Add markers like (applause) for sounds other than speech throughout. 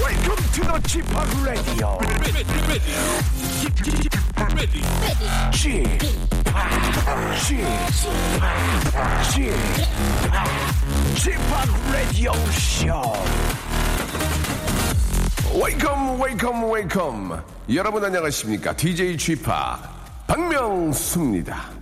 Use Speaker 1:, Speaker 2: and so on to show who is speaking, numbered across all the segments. Speaker 1: Welcome to the g p o p Radio. g p o p g p o p Radio Show.
Speaker 2: 웨이컴 웨이컴 웨이컴 여러분 안녕하십니까 DJ g p o p 박명수입니다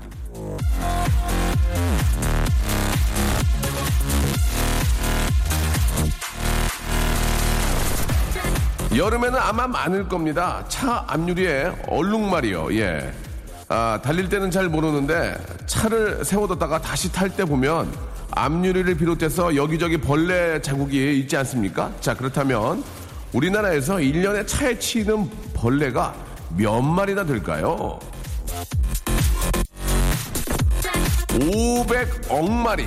Speaker 2: 여름에는 아마 많을 겁니다. 차 앞유리에 얼룩말이요. 예. 아, 달릴 때는 잘 모르는데 차를 세워뒀다가 다시 탈 때 보면 앞유리를 비롯해서 여기저기 벌레 자국이 있지 않습니까? 자, 그렇다면 우리나라에서 일년에 차에 치이는 벌레가 몇 마리나 될까요? 500억 마리.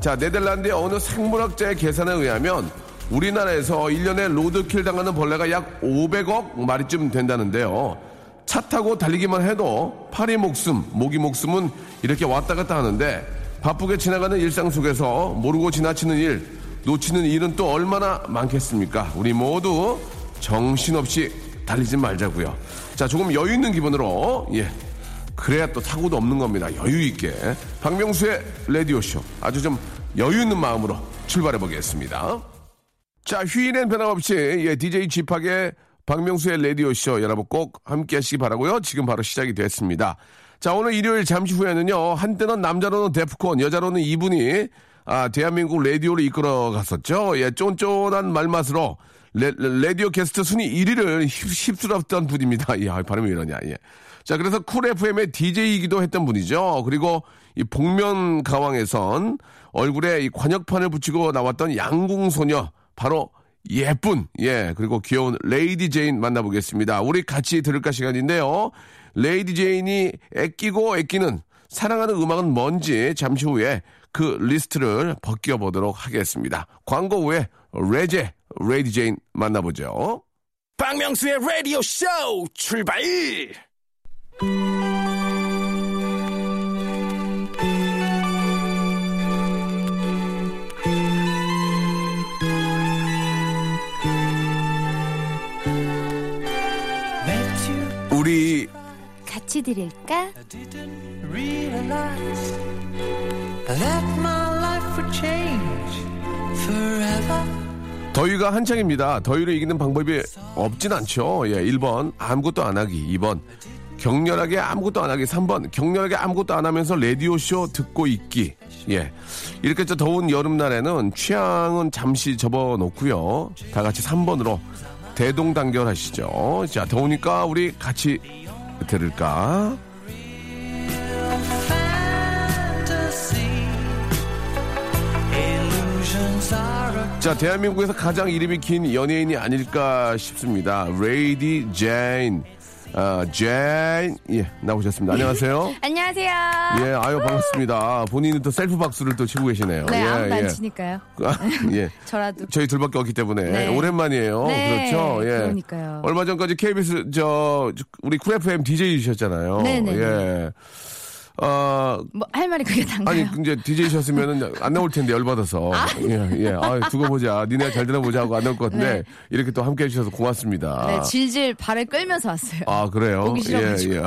Speaker 2: 자, 네덜란드의 어느 생물학자의 계산에 의하면 우리나라에서 1년에 로드킬 당하는 벌레가 약 500억 마리쯤 된다는데요. 차 타고 달리기만 해도 파리 목숨, 모기 목숨은 이렇게 왔다 갔다 하는데 바쁘게 지나가는 일상 속에서 모르고 지나치는 일, 놓치는 일은 또 얼마나 많겠습니까? 우리 모두 정신없이 달리지 말자고요. 자, 조금 여유 있는 기분으로 예, 그래야 또 사고도 없는 겁니다. 여유 있게. 박명수의 라디오쇼. 아주 좀 여유 있는 마음으로 출발해 보겠습니다. 자, 휴일엔 변함없이, 예, DJ 집학의 박명수의 라디오쇼. 여러분 꼭 함께 하시기 바라고요 지금 바로 시작이 됐습니다. 자, 오늘 일요일 잠시 후에는요, 한때는 남자로는 데프콘, 여자로는 이분이, 아, 대한민국 라디오를 이끌어 갔었죠. 예, 쫀쫀한 말맛으로, 레, 라디오 게스트 순위 1위를 휩쓸었던 분입니다. (laughs) 야, 발음이 왜 이러냐, 예. 자, 그래서 쿨 FM의 DJ이기도 했던 분이죠. 그리고 이 복면 가왕에선 얼굴에 이 관역판을 붙이고 나왔던 양궁소녀, 바로 예쁜, 예, 그리고 귀여운 레이디 제인 만나보겠습니다. 우리 같이 들을까 시간인데요. 레이디 제인이 애끼고 애끼는 사랑하는 음악은 뭔지 잠시 후에 그 리스트를 벗겨보도록 하겠습니다. 광고 후에 레제, 레이디 제인 만나보죠.
Speaker 1: 박명수의 Radio Show 출발.
Speaker 2: 우리
Speaker 3: 같이 드릴까?
Speaker 4: realize that my life would change forever.
Speaker 2: 더위가 한창입니다. 더위를 이기는 방법이 없진 않죠. 예, 1번 아무것도 안 하기. 2번 격렬하게 아무것도 안 하기. 3번 격렬하게 아무것도 안 하면서 라디오 쇼 듣고 있기. 예. 이렇게 저 더운 여름날에는 취향은 잠시 접어 놓고요. 다 같이 3번으로 대동단결 하시죠. 자, 더우니까 우리 같이 들을까?
Speaker 4: Fantasy illusions are a
Speaker 2: 자, 대한민국에서 가장 이름이 긴 연예인이 아닐까 싶습니다. 레이디 제인. 아, 제인. 예, 나오셨습니다. 안녕하세요.
Speaker 3: 안녕하세요.
Speaker 2: 예, 아유, 반갑습니다. 본인은 또 셀프 박수를 또 치고 계시네요.
Speaker 3: 네
Speaker 2: 예,
Speaker 3: 아무도
Speaker 2: 예.
Speaker 3: 안 치니까요.
Speaker 2: 아, 예.
Speaker 3: 저라도.
Speaker 2: 저희 둘밖에 없기 때문에
Speaker 3: 네.
Speaker 2: 오랜만이에요.
Speaker 3: 네,
Speaker 2: 그렇죠. 예.
Speaker 3: 그러니까요.
Speaker 2: 얼마 전까지 KBS 저 우리 쿨 FM DJ이셨잖아요.
Speaker 3: 네, 네,
Speaker 2: 예. 아,
Speaker 3: 뭐 할 말이 그게
Speaker 2: 아니
Speaker 3: 단가요?
Speaker 2: 이제 DJ셨으면은 안 나올 텐데 열받아서 예예 아, 두고 보자 니네 잘 들어보자 하고 안 나올 것 같은데
Speaker 3: 네.
Speaker 2: 이렇게 또 함께 해주셔서 고맙습니다.
Speaker 3: 네 질질 발을 끌면서 왔어요.
Speaker 2: 아 그래요? 아,
Speaker 3: 오기 싫어가지고.
Speaker 2: (laughs)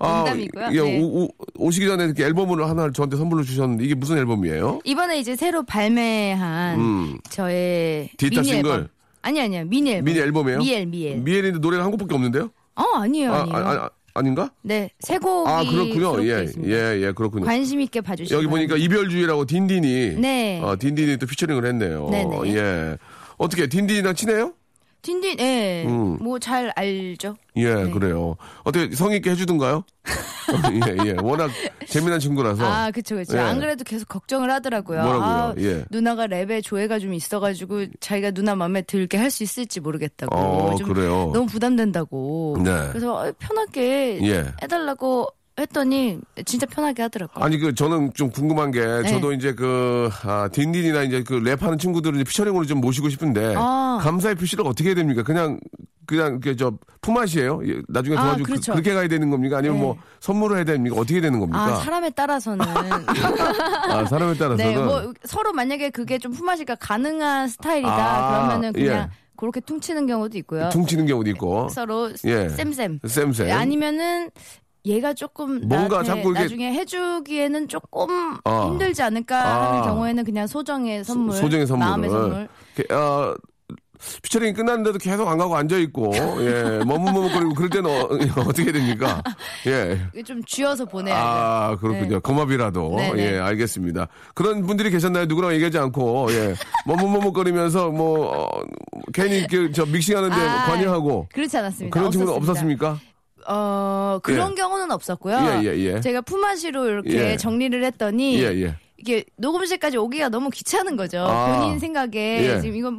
Speaker 3: 농담이고요.
Speaker 2: 예,
Speaker 3: 네.
Speaker 2: 오, 시기 전에 이렇게 앨범을 하나 저한테 선물로 주셨는데 이게 무슨 앨범이에요?
Speaker 3: 이번에 이제 새로 발매한 저의
Speaker 2: 음. 디지털
Speaker 3: 미니
Speaker 2: 싱글?
Speaker 3: 앨범. 아니 아니요 미니 앨범.
Speaker 2: 미니 앨범이에요?
Speaker 3: 미엘 미엘.
Speaker 2: 인데 노래가 한 곡밖에 없는데요?
Speaker 3: 어 아니에요
Speaker 2: 아,
Speaker 3: 아니에요.
Speaker 2: 아, 아, 닌가
Speaker 3: 네, 세 곡이
Speaker 2: 아 그렇군요.
Speaker 3: 수록돼
Speaker 2: 예예
Speaker 3: 있습니다.
Speaker 2: 예, 예, 그렇군요.
Speaker 3: 관심 있게 봐주시고
Speaker 2: 여기 보니까 이별주의라고 딘딘이
Speaker 3: 네.
Speaker 2: 어, 딘딘이 또 피처링을 했네요.
Speaker 3: 네네.
Speaker 2: 예 어떻게 딘딘이랑 친해요?
Speaker 3: 딘딘, 예.
Speaker 2: 음.
Speaker 3: 뭐 잘 알죠?
Speaker 2: 예,
Speaker 3: 네.
Speaker 2: 그래요. 어떻게 성의있게
Speaker 3: (laughs)
Speaker 2: 해주든가요? 예, 예. 워낙 재미난 친구라서.
Speaker 3: 아, 그쵸, 그쵸.
Speaker 2: 예.
Speaker 3: 안 그래도 계속 걱정을 하더라고요.
Speaker 2: 뭐라고요?
Speaker 3: 아,
Speaker 2: 예.
Speaker 3: 누나가 랩에 조예가 좀 있어가지고 자기가 누나 마음에 들게 할 수 있을지 모르겠다고.
Speaker 2: 어,
Speaker 3: 좀
Speaker 2: 그래요.
Speaker 3: 너무 부담된다고.
Speaker 2: 네.
Speaker 3: 그래서 어, 편하게
Speaker 2: 예.
Speaker 3: 해달라고 했더니 진짜 편하게 하더라고요.
Speaker 2: 아니 그 저는 좀 궁금한 게
Speaker 3: 네.
Speaker 2: 저도 이제 그 아, 딘딘이나 이제 그 랩하는 친구들을 이제 피처링으로 좀 모시고 싶은데
Speaker 3: 아.
Speaker 2: 감사의 표시를 어떻게 해야 됩니까? 그냥 그냥 그저 품앗이에요? 예, 나중에
Speaker 3: 아,
Speaker 2: 도와주고
Speaker 3: 그렇죠. 네.
Speaker 2: 그, 렇게 가야 되는 겁니까? 아니면 뭐 선물을 해야 됩니까? 어떻게 되는
Speaker 3: 아,
Speaker 2: 겁니까?
Speaker 3: 사람에
Speaker 2: (laughs)
Speaker 3: 따라서는.
Speaker 2: 아, 사람에 따라서는
Speaker 3: (laughs) 네, 뭐 서로 만약에 그게 좀 품앗이가 가능한 스타일이다.
Speaker 2: 아,
Speaker 3: 그러면은 그냥
Speaker 2: 예.
Speaker 3: 그렇게 퉁치는 경우도 있고요. 어.
Speaker 2: 퉁치는 경우도 있고
Speaker 3: 서로
Speaker 2: 예.
Speaker 3: 쌤쌤.
Speaker 2: 쌤쌤
Speaker 3: 아니면은 얘가 조금
Speaker 2: 뭔가
Speaker 3: 나한테
Speaker 2: 자꾸 이게-
Speaker 3: 나중에 해주기에는 조금
Speaker 2: 아.
Speaker 3: 힘들지 않을까
Speaker 2: 아.
Speaker 3: 하는 경우에는 그냥 소정의 선물,
Speaker 2: 소정의 선물
Speaker 3: 마음의 선물.
Speaker 2: 어, 피처링이 끝났는데도 계속 안 가고 앉아 있고 예 머뭇머뭇거리고 그럴 때는 어, 떻게 해야
Speaker 3: (laughs)
Speaker 2: 됩니까? 예
Speaker 3: 이게 좀 쥐어서 보내야죠.
Speaker 2: 아, 그렇군요.
Speaker 3: 네.
Speaker 2: 고맙이라도.
Speaker 3: 네, 네.
Speaker 2: 예, 알겠습니다. 그런 분들이 계셨나요? 누구랑 얘기하지 않고, 예. 머뭇머뭇거리면서, 뭐, 어, 괜히 그, 저 믹싱하는데
Speaker 3: 아,
Speaker 2: 관여하고.
Speaker 3: 그렇지 않았습니다.
Speaker 2: 그런 친구는
Speaker 3: 없었습니다.
Speaker 2: 없었습니까?
Speaker 3: 어, 그런
Speaker 2: 예.
Speaker 3: 경우는 없었고요.
Speaker 2: 예, 예, 예.
Speaker 3: 제가 품앗이로 이렇게
Speaker 2: 예.
Speaker 3: 정리를 했더니
Speaker 2: 예, 예.
Speaker 3: 이게 녹음실까지 오기가 너무 귀찮은 거죠.
Speaker 2: 아.
Speaker 3: 본인 생각에
Speaker 2: 예.
Speaker 3: 지금 이건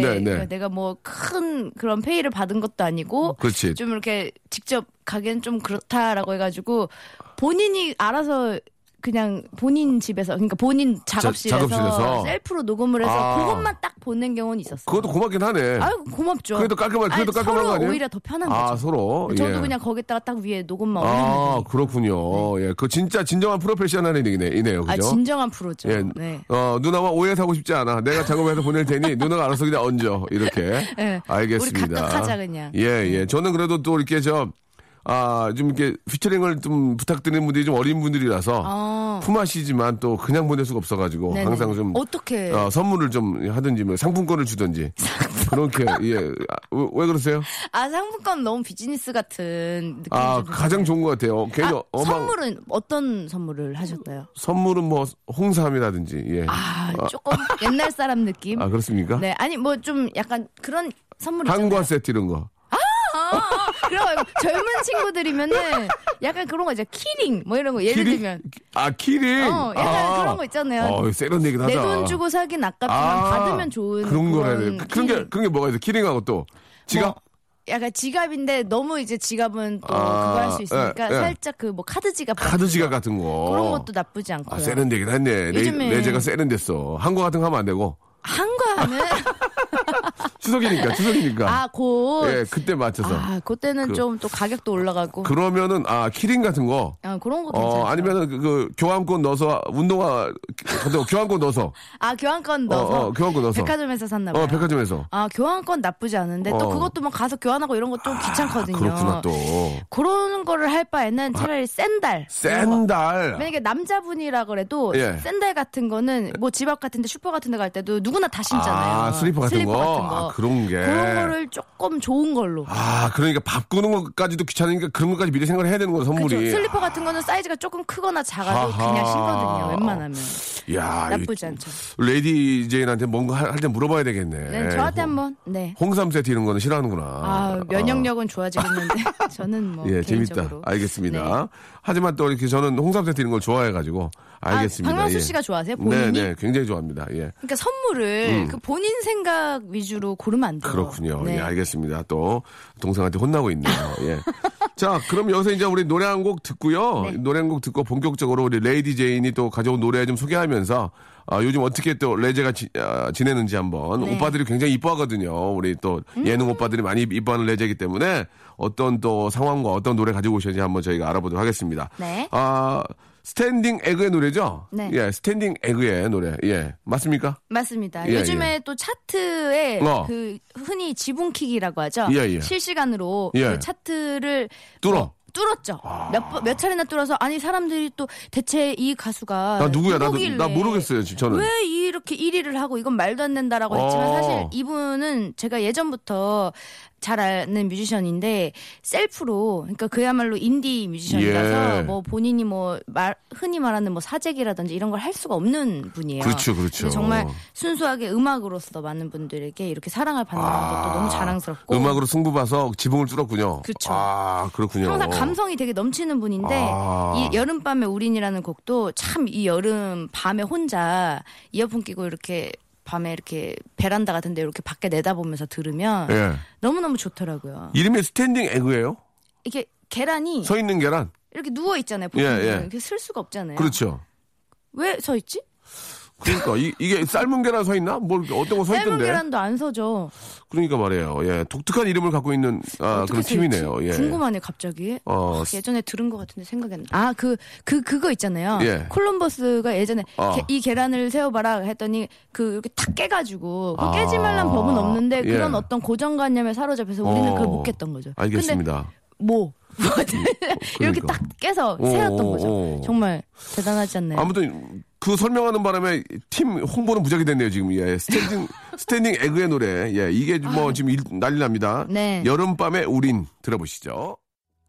Speaker 2: 네, 네.
Speaker 3: 그러니까 내가 뭐 큰 그런 페이를 받은 것도 아니고
Speaker 2: 그렇지.
Speaker 3: 좀 이렇게 직접 가기엔 좀 그렇다라고 해가지고 본인이 알아서 그냥 본인 집에서 그러니까 본인 작업실에서,
Speaker 2: 작업실에서.
Speaker 3: 셀프로 녹음을 해서
Speaker 2: 아.
Speaker 3: 그것만 딱 보낸 경우는 있었어요.
Speaker 2: 그것도 고맙긴 하네.
Speaker 3: 아유 고맙죠.
Speaker 2: 그래도 깔끔한,
Speaker 3: 아니,
Speaker 2: 그래도 깔끔한
Speaker 3: 서로
Speaker 2: 거 아니에요?
Speaker 3: 오히려 더 편한
Speaker 2: 아,
Speaker 3: 거죠.
Speaker 2: 서로.
Speaker 3: 저도
Speaker 2: 예.
Speaker 3: 그냥 거기다가 딱 위에 녹음만 올려면
Speaker 2: 아,
Speaker 3: 되니까.
Speaker 2: 그렇군요. 예. 그 진짜 진정한 프로페셔널이네요.
Speaker 3: 네. 아
Speaker 2: 그죠?
Speaker 3: 진정한 프로죠.
Speaker 2: 예.
Speaker 3: 네.
Speaker 2: 어, 누나와 오해 사고 싶지 않아. 내가 작업해서 보낼 테니 누나가 알아서 그냥 얹어. 이렇게.
Speaker 3: 예.
Speaker 2: 알겠습니다.
Speaker 3: 우리 각각하자, 그냥. 네.
Speaker 2: 예, 예. 저는 그래도 또 이렇게 저, 아, 좀 이렇게 피처링을 좀 부탁드리는 분들이 좀 어린 분들이라서
Speaker 3: 아.
Speaker 2: 품앗이지만 또 그냥 보낼 수가 없어가지고
Speaker 3: 네네.
Speaker 2: 항상 좀
Speaker 3: 어떻게?
Speaker 2: 어, 선물을 좀 하든지 뭐 상품권을 주든지 그렇게 예. 아, 왜, 왜 그러세요?
Speaker 3: 아 상품권 너무 비즈니스 같은 느낌이
Speaker 2: 아,
Speaker 3: 좀 드는데.
Speaker 2: 가장 좋은 것 같아요. 괜히
Speaker 3: 아,
Speaker 2: 어망-
Speaker 3: 선물은 어떤 선물을 하셨나요?
Speaker 2: 선물은 뭐 홍삼이라든지 예.
Speaker 3: 아 조금 옛날 사람 느낌.
Speaker 2: 아, 그렇습니까?
Speaker 3: 네 아니 뭐 좀 약간 그런 선물 있잖아요.
Speaker 2: 한과 세트 이런 거.
Speaker 3: 아, 그럼 젊은 친구들이면은 약간 그런 거 이제 키링 뭐 이런 거 예를
Speaker 2: 키링?
Speaker 3: 들면
Speaker 2: 아 키링.
Speaker 3: 어, 약간
Speaker 2: 아.
Speaker 3: 그런 거 있잖아요.
Speaker 2: 어, 세련되긴 하다.
Speaker 3: 내 돈 주고 사긴 아깝지만 받으면 좋은
Speaker 2: 그런 거라 돼. 그런 게
Speaker 3: 키링.
Speaker 2: 그런 게 뭐가 있어? 키링하고 또 지갑.
Speaker 3: 뭐 약간 지갑인데 너무 이제 지갑은 또
Speaker 2: 아,
Speaker 3: 그거 할 수 있으니까
Speaker 2: 예, 예.
Speaker 3: 살짝 그 뭐 카드 지갑 같은
Speaker 2: 카드
Speaker 3: 거.
Speaker 2: 지갑 같은 거.
Speaker 3: 그런 것도 나쁘지 않고요.
Speaker 2: 아, 세련되긴 했네. 내,
Speaker 3: 요즘에-
Speaker 2: 내재가 세련됐어. 한국 같은 거 하면 안 되고.
Speaker 3: 한과는
Speaker 2: (laughs)
Speaker 3: (laughs)
Speaker 2: 추석이니까, 추석이니까.
Speaker 3: 아, 곧
Speaker 2: 예, 그때 맞춰서.
Speaker 3: 아, 그때는
Speaker 2: 그-
Speaker 3: 좀 또 가격도 올라가고
Speaker 2: 그러면은, 아, 키링 같은 거.
Speaker 3: 아, 그런 거 괜찮죠.
Speaker 2: 어, 아니면은, 그, 그 교환권 넣어서, 운동화, 그, 교환권 넣어서.
Speaker 3: 아, 교환권
Speaker 2: 어,
Speaker 3: 넣어서
Speaker 2: 어, 교환권 넣어서.
Speaker 3: 백화점에서 샀나 봐요.
Speaker 2: 어, 백화점에서.
Speaker 3: 아, 교환권 나쁘지 않은데
Speaker 2: 어. 아,
Speaker 3: 또 그것도 막 가서 교환하고 이런 거 좀 귀찮거든요.
Speaker 2: 그렇구나, 또.
Speaker 3: 그런 거를 할 바에는 차라리 샌달. 이런 거.
Speaker 2: 샌달.
Speaker 3: 만약에 남자분이라 그래도
Speaker 2: 그러니까. 예.
Speaker 3: 샌들 같은 거는 뭐 집 앞 같은데 슈퍼 같은데 갈 때도 누구나 다 신잖아요.
Speaker 2: 아, 슬리퍼 같은 거? 아, 그런 게.
Speaker 3: 그런 거를 조금 좋은 걸로.
Speaker 2: 아, 그러니까 바꾸는 것까지도 귀찮으니까 그런 것까지 미리 생각을 해야 되는 거 선물이.
Speaker 3: 그죠? 슬리퍼 같은 거는 사이즈가 조금 크거나 작아도
Speaker 2: 아하.
Speaker 3: 그냥 신거든요. 웬만하면
Speaker 2: 야,
Speaker 3: 나쁘지 않죠.
Speaker 2: 레이디 제인한테 뭔가 할 때 물어봐야 되겠네.
Speaker 3: 네, 저한테
Speaker 2: 뭐.
Speaker 3: 한번 네.
Speaker 2: 홍삼 세트 이런 거는 싫어하는구나.
Speaker 3: 아, 면역력은 좋아지겠는데 (laughs) 저는 뭐
Speaker 2: 예,
Speaker 3: 개인적으로. 네.
Speaker 2: 재밌다. 알겠습니다. 하지만 또 이렇게 저는 홍삼 세트 이런 걸 좋아해가지고 알겠습니다.
Speaker 3: 박명수
Speaker 2: 예.
Speaker 3: 씨가 좋아하세요?
Speaker 2: 네,
Speaker 3: 본인이?
Speaker 2: 네, 굉장히 좋아합니다. 예,
Speaker 3: 그러니까 선물을 그 본인 생각 위주로 고르면 안 돼요.
Speaker 2: 음. 그렇군요.
Speaker 3: 네.
Speaker 2: 예, 알겠습니다. 또 동생한테 혼나고 있네요.
Speaker 3: (laughs)
Speaker 2: 예. 자, 그럼 여기서 이제 우리 노래 한 곡 듣고요.
Speaker 3: 네.
Speaker 2: 노래 한 곡 듣고 본격적으로 우리 레이디 제인이 또 가져온 노래 좀 소개하면서 아, 요즘 어떻게 또 레제가 지, 내는지 한번
Speaker 3: 네.
Speaker 2: 오빠들이 굉장히 이뻐하거든요. 우리 또
Speaker 3: 음.
Speaker 2: 예능 오빠들이 많이 이뻐하는 레제이기 때문에 어떤 또 상황과 어떤 노래 가지고 오셨는지 한번 저희가 알아보도록 하겠습니다.
Speaker 3: 네.
Speaker 2: 아, 스탠딩 에그의 노래죠?
Speaker 3: 네.
Speaker 2: 예, 스탠딩 에그의 노래. 예. 맞습니까?
Speaker 3: 맞습니다.
Speaker 2: 예,
Speaker 3: 요즘에 또 차트에
Speaker 2: 어.
Speaker 3: 그 흔히 지분킥이라고 하죠.
Speaker 2: 예, 예.
Speaker 3: 실시간으로
Speaker 2: 예.
Speaker 3: 그 차트를
Speaker 2: 뚫어. 아.
Speaker 3: 뭐 뚫었죠. 몇, 번- 몇 차례나 뚫어서 아니 사람들이 또 대체 이 가수가
Speaker 2: 나 누구야? 나도
Speaker 3: 아, 누구길래
Speaker 2: 나 모르겠어요. 지금 저는.
Speaker 3: 왜 이렇게 1위를 하고 이건 말도 안 된다라고 했지만
Speaker 2: 어.
Speaker 3: 사실 이분은 제가 예전부터 잘 아는 뮤지션인데 셀프로 그러니까 그야말로 인디 뮤지션이라서
Speaker 2: 예.
Speaker 3: 뭐 본인이 뭐 말, 흔히 말하는 뭐 사재기라든지 이런 걸 할 수가 없는 분이에요.
Speaker 2: 그렇죠, 그렇죠.
Speaker 3: 근데 정말 순수하게 음악으로서 많은 분들에게 이렇게 사랑을 받는다는 것도 너무 자랑스럽고
Speaker 2: 아. 음악으로 승부 봐서 지붕을 뚫었군요.
Speaker 3: 그쵸.
Speaker 2: 아, 그렇군요.
Speaker 3: 항상 감성이 되게 넘치는 분인데
Speaker 2: 아.
Speaker 3: 이 여름밤의 우린이라는 곡도 참 이 여름 밤에 혼자 이어폰 끼고 이렇게 밤에 이렇게 베란다 같은데 이렇게 밖에 내다보면서 들으면
Speaker 2: 예.
Speaker 3: 너무너무 좋더라고요.
Speaker 2: 이름이 스탠딩 에그예요?
Speaker 3: 이게 계란이
Speaker 2: 서 있는 계란.
Speaker 3: 이렇게 누워 있잖아요.
Speaker 2: 예,
Speaker 3: 보통
Speaker 2: 예.
Speaker 3: 이렇게 쓸 수가 없잖아요.
Speaker 2: 그렇죠.
Speaker 3: 왜 서 있지?
Speaker 2: 그러니까 이, 이게 삶은 계란 서 있나? 뭘 어떤 거 서
Speaker 3: 삶은
Speaker 2: 있던데?
Speaker 3: 계란도 안 서죠.
Speaker 2: 그러니까 말이에요. 예, 독특한 이름을 갖고 있는 아,
Speaker 3: 어떻게
Speaker 2: 그런
Speaker 3: 서
Speaker 2: 팀이네요.
Speaker 3: 있지?
Speaker 2: 예.
Speaker 3: 궁금하네 갑자기.
Speaker 2: 어,
Speaker 3: 아, 예전에 들은 것 같은데 생각이 안 나. 아, 그, 그, 그거 있잖아요.
Speaker 2: 예.
Speaker 3: 콜럼버스가 예전에
Speaker 2: 아.
Speaker 3: 게- 이 계란을 세워봐라 했더니 그 이렇게 탁 깨가지고 그 깨지 말란 법은 없는데
Speaker 2: 아. 예.
Speaker 3: 그런 어떤 고정관념에 사로잡혀서 우리는
Speaker 2: 어.
Speaker 3: 그걸 못 깼던 거죠.
Speaker 2: 알겠습니다. 음, 그러니까.
Speaker 3: 근데 뭐. (laughs) 이렇게 딱 깨서
Speaker 2: 오,
Speaker 3: 세웠던
Speaker 2: 오, 오.
Speaker 3: 거죠. 정말 대단하지 않나요?
Speaker 2: 어, 아무튼 그 설명하는 바람에 팀 홍보는 무작위 됐네요 지금 예 스탠딩 스탠딩 에그의 노래 예 이게 뭐 지금 일, 난리 납니다
Speaker 3: 아. 네.
Speaker 2: 여름밤의 우린 들어보시죠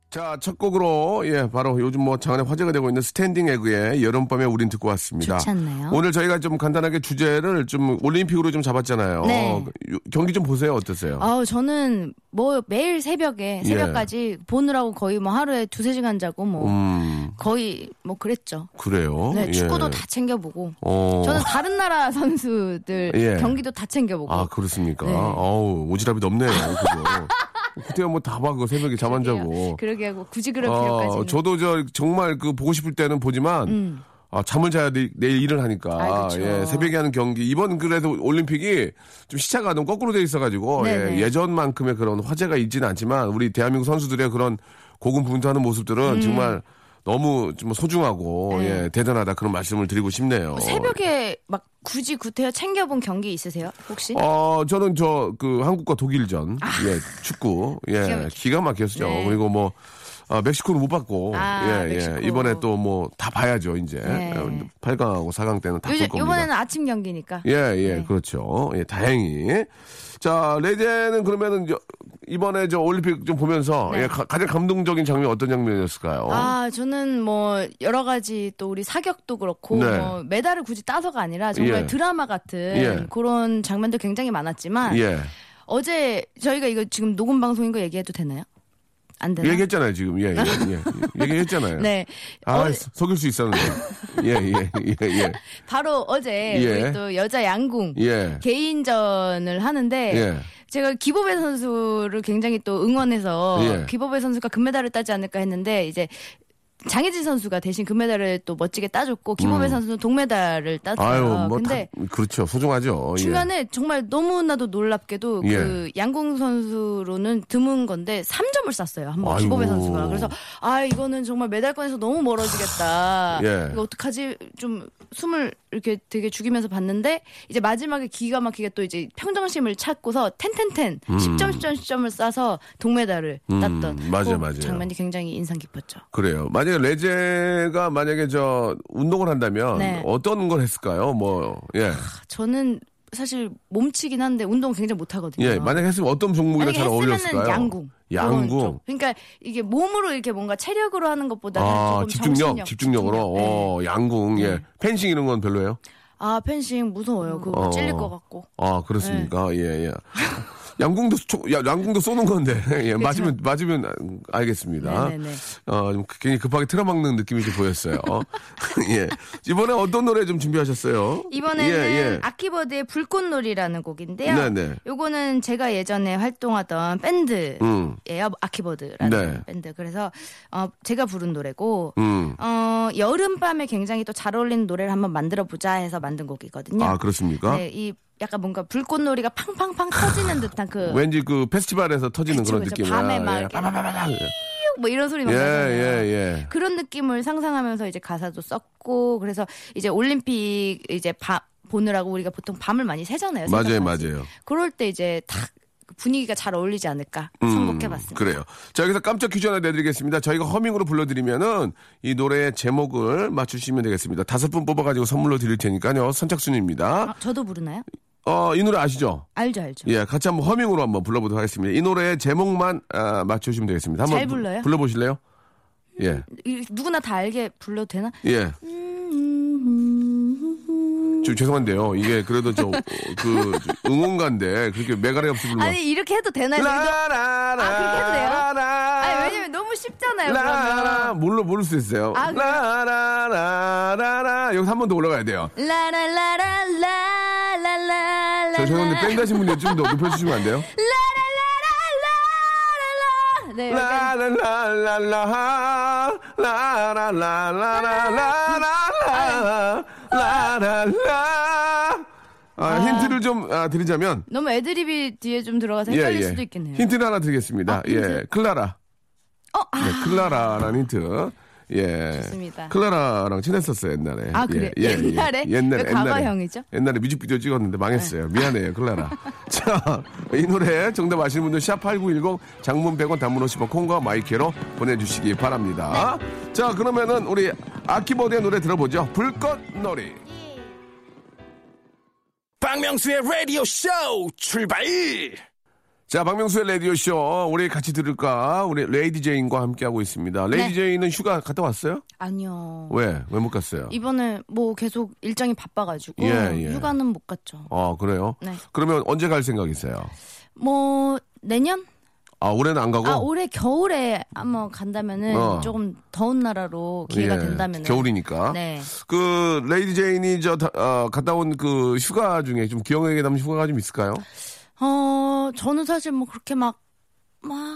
Speaker 2: 자 첫 곡으로 예 바로 요즘 뭐 장안에 화제가 되고 있는 스탠딩 에그의 여름밤의 우린 듣고 왔습니다
Speaker 3: 좋지 않나요?
Speaker 2: 오늘 저희가 좀 간단하게 주제를 좀 올림픽으로 좀 잡았잖아요
Speaker 3: 네.
Speaker 2: 어, 요- 경기 좀 보세요 어떠세요
Speaker 3: 아우 저는 뭐 매일 새벽에
Speaker 2: 예.
Speaker 3: 새벽까지 보느라고 거의 뭐 하루에 두세 시간 자고 뭐
Speaker 2: 음
Speaker 3: 거의 뭐 그랬죠.
Speaker 2: 그래요
Speaker 3: 네,
Speaker 2: 예.
Speaker 3: 축구도 다 챙겨보고
Speaker 2: 어.
Speaker 3: 저는 다른 나라 (laughs) 선수들
Speaker 2: 예.
Speaker 3: 경기도 다 챙겨보고
Speaker 2: 아 그렇습니까?
Speaker 3: 네.
Speaker 2: 어우 오지랖이 넘네요. 그거. (laughs) 그때야 뭐 다 봐 그거 새벽에 잠 안 자고.
Speaker 3: 예. 그러게 하고 굳이 그럴 필요까지는 뭐 음.
Speaker 2: 아, 저도 저 정말 그 보고 싶을 때는 보지만 아, 잠을 자야 돼, 내일 일을 하니까
Speaker 3: 아, 그쵸.
Speaker 2: 예, 새벽에 하는 경기 이번 그래도 올림픽이 좀 시차가 너무 거꾸로 돼 있어가지고
Speaker 3: 네네.
Speaker 2: 예, 전만큼의 그런 화제가 있지는 않지만 우리 대한민국 선수들의 그런 고군분투하는 모습들은 정말 너무 좀 소중하고
Speaker 3: 음. 네.
Speaker 2: 예, 대단하다 그런 말씀을 드리고 싶네요.
Speaker 3: 뭐 새벽에 막 굳이 구태여 챙겨본 경기 있으세요 혹시?
Speaker 2: 어, 저는 저 그 한국과 독일전 예, 축구
Speaker 3: 아. 기가
Speaker 2: 예,
Speaker 3: 막히죠.
Speaker 2: 기가 막혔죠.
Speaker 3: 네.
Speaker 2: 그리고 뭐 아, 멕시코는 못 봤고
Speaker 3: 아,
Speaker 2: 예, 예.
Speaker 3: 멕시코.
Speaker 2: 이번에 또 뭐 다 봐야죠 이제
Speaker 3: 네.
Speaker 2: 8강하고 4강 때는 다 볼
Speaker 3: 요즘
Speaker 2: 겁니다.
Speaker 3: 이번에는 아침 경기니까
Speaker 2: 예, 예,
Speaker 3: 네.
Speaker 2: 그렇죠. 예, 다행히. 자, 레제는 그러면은 저, 이번에 저 올림픽 좀 보면서
Speaker 3: 네.
Speaker 2: 예, 가, 장 감동적인 장면 어떤 장면이었을까요?
Speaker 3: 아, 저는 뭐 여러 가지 또 우리 사격도 그렇고
Speaker 2: 네.
Speaker 3: 뭐 메달을 굳이 따서가 아니라 정말
Speaker 2: 예.
Speaker 3: 드라마 같은
Speaker 2: 예.
Speaker 3: 그런 장면도 굉장히 많았지만
Speaker 2: 예.
Speaker 3: 어제 저희가 이거 지금 녹음 방송인 거 얘기해도 되나요? 안 되나요?
Speaker 2: 얘기했잖아요, 지금. 예, 예,
Speaker 3: (laughs)
Speaker 2: 예. 얘기했잖아요.
Speaker 3: 네.
Speaker 2: 아,
Speaker 3: 어,
Speaker 2: 속일 수 있었는데.
Speaker 3: (laughs)
Speaker 2: 예, 예, 예, 예.
Speaker 3: 바로 어제
Speaker 2: 예.
Speaker 3: 우리 또 여자 양궁
Speaker 2: 예.
Speaker 3: 개인전을 하는데
Speaker 2: 예.
Speaker 3: 제가 기보배 선수를 굉장히 또 응원해서
Speaker 2: 예.
Speaker 3: 기보배 선수가 금메달을 따지 않을까 했는데 이제 장혜진 선수가 대신 금메달을 또 멋지게 따줬고 기보배 선수는 동메달을 따줬어요.
Speaker 2: 음. 아유, 뭐
Speaker 3: 근데
Speaker 2: 다, 그렇죠. 소중하죠.
Speaker 3: 중간에 정말 너무나도 놀랍게도
Speaker 2: 예.
Speaker 3: 그 양궁 선수로는 드문 건데 3점을 쐈어요. 한번
Speaker 2: 아이고.
Speaker 3: 기보배 선수가. 그래서 아 이거는 정말 메달권에서 너무 멀어지겠다.
Speaker 2: 예.
Speaker 3: 이거 어떡하지? 좀 숨을 이렇게 되게 죽이면서 봤는데 이제 마지막에 기가 막히게 또 이제 평정심을 찾고서 텐텐텐 10점 10점 10점을 쏴서 동메달을 땄던
Speaker 2: 음. 맞아요,
Speaker 3: 그
Speaker 2: 맞아요.
Speaker 3: 장면이 굉장히 인상 깊었죠.
Speaker 2: 예. 그래요. 만약에 레제가 만약에 저 운동을 한다면
Speaker 3: 네. 아,
Speaker 2: 어떤 걸 했을까요? 뭐 예.
Speaker 3: 저는 사실 몸치긴 한데 운동 굉장히 못 하거든요.
Speaker 2: 예. 만약에 했으면 어떤 종목이나
Speaker 3: 만약에
Speaker 2: 잘 어울렸을까요?
Speaker 3: 했으면은 양궁.
Speaker 2: 양궁.
Speaker 3: 그런 쪽. 그러니까 이게 몸으로 이렇게 뭔가 체력으로 하는 것보다
Speaker 2: 아,
Speaker 3: 조금
Speaker 2: 집중력,
Speaker 3: 정신력,
Speaker 2: 집중력으로.
Speaker 3: 네.
Speaker 2: 어, 양궁. 예. 펜싱 이런 건 별로예요?
Speaker 3: 아 펜싱 무서워요. 그거
Speaker 2: 어.
Speaker 3: 찔릴 것 같고.
Speaker 2: 아, 그렇습니까?
Speaker 3: 네.
Speaker 2: 예, 예. 양궁도 초, 야, 양궁도 쏘는 건데. (laughs) 예. 맞으면 맞으면 아, 알겠습니다.
Speaker 3: 네네네.
Speaker 2: 어, 좀 굉장히 급하게 틀어막는 느낌이 좀 보였어요. (laughs) 예. 이번에 어떤 노래 좀 준비하셨어요?
Speaker 3: 이번에는
Speaker 2: 예, 예.
Speaker 3: 아키버드의 불꽃놀이라는 곡인데요.
Speaker 2: 네네.
Speaker 3: 요거는 제가 예전에 활동하던 밴드예요.
Speaker 2: 음.
Speaker 3: 아키버드라는
Speaker 2: 네.
Speaker 3: 밴드. 그래서 어, 제가 부른 노래고
Speaker 2: 음.
Speaker 3: 어, 여름밤에 굉장히 또 잘 어울리는 노래를 한번 만들어 보자 해서 만든 곡이거든요.
Speaker 2: 아, 그렇습니까?
Speaker 3: 네, 이 약간 뭔가 불꽃놀이가 팡팡팡 터지는 듯한 그
Speaker 2: 왠지 그 페스티벌에서 터지는
Speaker 3: 그쵸,
Speaker 2: 그런
Speaker 3: 그쵸.
Speaker 2: 느낌.
Speaker 3: 밤에 막
Speaker 2: 예.
Speaker 3: 이렇게
Speaker 2: 빠바바바바.
Speaker 3: 삐욱 뭐 이런 소리 막
Speaker 2: 예,
Speaker 3: 나잖아요.
Speaker 2: 예, 예.
Speaker 3: 그런 느낌을 상상하면서 이제 가사도 썼고 그래서 이제 올림픽 이제 밤 보느라고 우리가 보통 밤을 많이 새잖아요.
Speaker 2: 맞아요,
Speaker 3: 새벽까지.
Speaker 2: 맞아요.
Speaker 3: 그럴 때 이제 탁그 분위기가 잘 어울리지 않을까 선곡해봤습니다.
Speaker 2: 음, 그래요. 자, 여기서 깜짝 퀴즈 하나 내드리겠습니다. 저희가 허밍으로 불러드리면은 이 노래의 제목을 맞추시면 되겠습니다. 다섯 분 뽑아가지고 선물로 드릴 테니까요. 선착순입니다.
Speaker 3: 아, 저도 부르나요?
Speaker 2: 어, 이 노래 아시죠?
Speaker 3: 알죠, 알죠.
Speaker 2: 예, 같이 한번 허밍으로 한번 불러보도록 하겠습니다. 이 노래의 제목만 아, 맞춰주시면 되겠습니다. 한번
Speaker 3: 잘 불러요?
Speaker 2: 불- 불러보실래요? 예,
Speaker 3: 이- 누구나 다 알게 불러도 되나? 음,
Speaker 2: 예. 좀 죄송한데요. 이게 그래도 저 그 응원가인데 그렇게 메가리 없이 불러.
Speaker 3: 아니 이렇게 해도 되나요? 저희도-
Speaker 2: 뭐. 라라라.
Speaker 3: 아, 그렇게 해도 돼요?
Speaker 2: 라라.
Speaker 3: 아니 왜냐면 너무 쉽잖아요.
Speaker 2: 라라라
Speaker 3: 그러면.
Speaker 2: 몰라 모를 수 있어요.
Speaker 3: 아, 그래요?
Speaker 2: 라라라라라 여기서 한 번 더 올라가야 돼요.
Speaker 3: 라라라라라라라.
Speaker 2: 저 죄송한데 땡 가신 분들 좀더 높여주시면 안 돼요?
Speaker 3: 라라라라라라라. 네. 약간
Speaker 2: 라라라라라 라라라라라라라
Speaker 3: 아, 네.
Speaker 2: 라라라 아, 힌트를 좀 아, 드리자면
Speaker 3: 너무 애드립이 뒤에 좀 들어가서 헷갈릴 수도 있겠네요.
Speaker 2: 예,
Speaker 3: 아,
Speaker 2: 힌트를 하나 드리겠습니다. 예, 클라라.
Speaker 3: 어, 아,
Speaker 2: 네, 클라라라는 힌트. 예.
Speaker 3: 좋습니다.
Speaker 2: 클라라랑 친했었어요, 옛날에. 예,
Speaker 3: 아, 그래요? 옛날에?
Speaker 2: 옛날에.
Speaker 3: 왜 과거형이죠? 네.
Speaker 2: 옛날에 뮤직비디오 찍었는데 망했어요. 미안해요,
Speaker 3: (laughs)
Speaker 2: 클라라. 자, 이 노래 정답 아시는 분들 샵8910 장문 100원 단문 50원 콩과 마이케로 보내주시기 바랍니다.
Speaker 3: 네.
Speaker 2: 자, 그러면은 우리 아키버드의 노래 들어보죠. 불꽃놀이.
Speaker 1: 박명수의 라디오 쇼 출발!
Speaker 2: 자, 박명수의 라디오쇼. 우리 같이 들을까? 우리 레이디 제인과 함께하고 있습니다. 레이디
Speaker 3: 네.
Speaker 2: 제인은 휴가 갔다 왔어요?
Speaker 3: 아니요.
Speaker 2: 왜? 왜 못 갔어요?
Speaker 3: 이번에 뭐 계속 일정이 바빠가지고
Speaker 2: 예, 예.
Speaker 3: 휴가는 못 갔죠.
Speaker 2: 아, 그래요?
Speaker 3: 네.
Speaker 2: 그러면 언제 갈 생각이세요?
Speaker 3: 뭐 내년?
Speaker 2: 아, 올해는 안 가고?
Speaker 3: 아 올해 겨울에 한번 간다면은
Speaker 2: 어.
Speaker 3: 조금 더운 나라로 기회가
Speaker 2: 예,
Speaker 3: 된다면은
Speaker 2: 겨울이니까.
Speaker 3: 네.
Speaker 2: 그, 레이디 제인이 저, 다- 어, 갔다 온 그 휴가 중에 좀 기억에 남는 휴가가 좀 있을까요?
Speaker 3: 어 저는 사실 뭐 그렇게 막 막